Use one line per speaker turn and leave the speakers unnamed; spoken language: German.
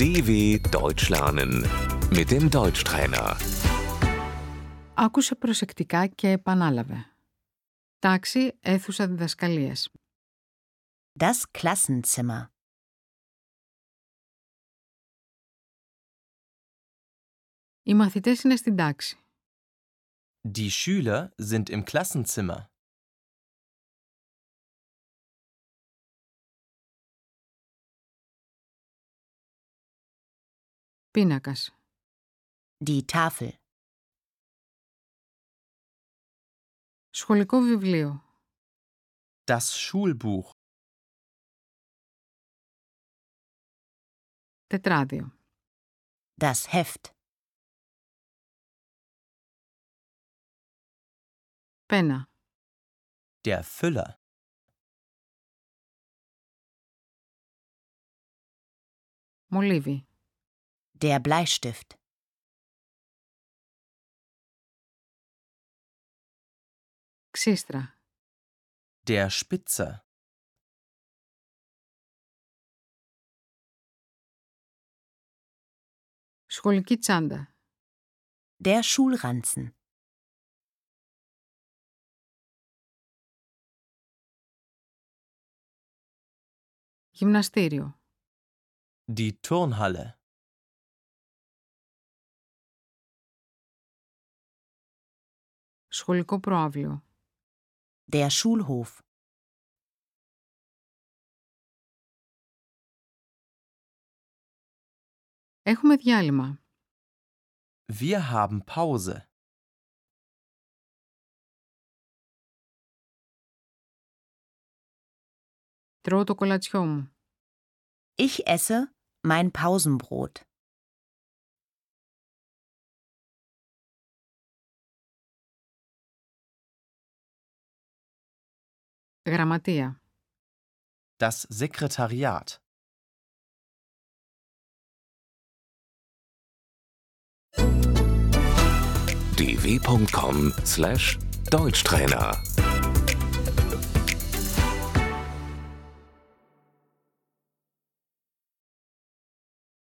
DW Deutsch lernen mit dem Deutschtrainer.
Άκουσε προσεκτικά και επανάλαβε. Τάξη αίθουσα διδασκαλίας.
Das Klassenzimmer.
Οι μαθητές είναι στην τάξη.
Die Schüler sind im Klassenzimmer.
Πίνακας.
Die Tafel.
Σχολικό βιβλίο.
Das Schulbuch.
Τετράδιο.
Das Heft.
Πένα.
Der Füller.
Μολύβι.
Der Bleistift.
Ξύστρα.
Der Spitzer.
Σχολική τσάντα.
Der Schulranzen.
Γυμναστήριο.
Die Turnhalle.
Σχολικό προάβλιο.
Der Schulhof.
Έχουμε διάλειμμα.
Wir haben Pause.
Τρώω το κολατσιό μου.
Ich esse mein Pausenbrot.
Γραμματεία.
Das Sekretariat.
dw.com/deutschtrainer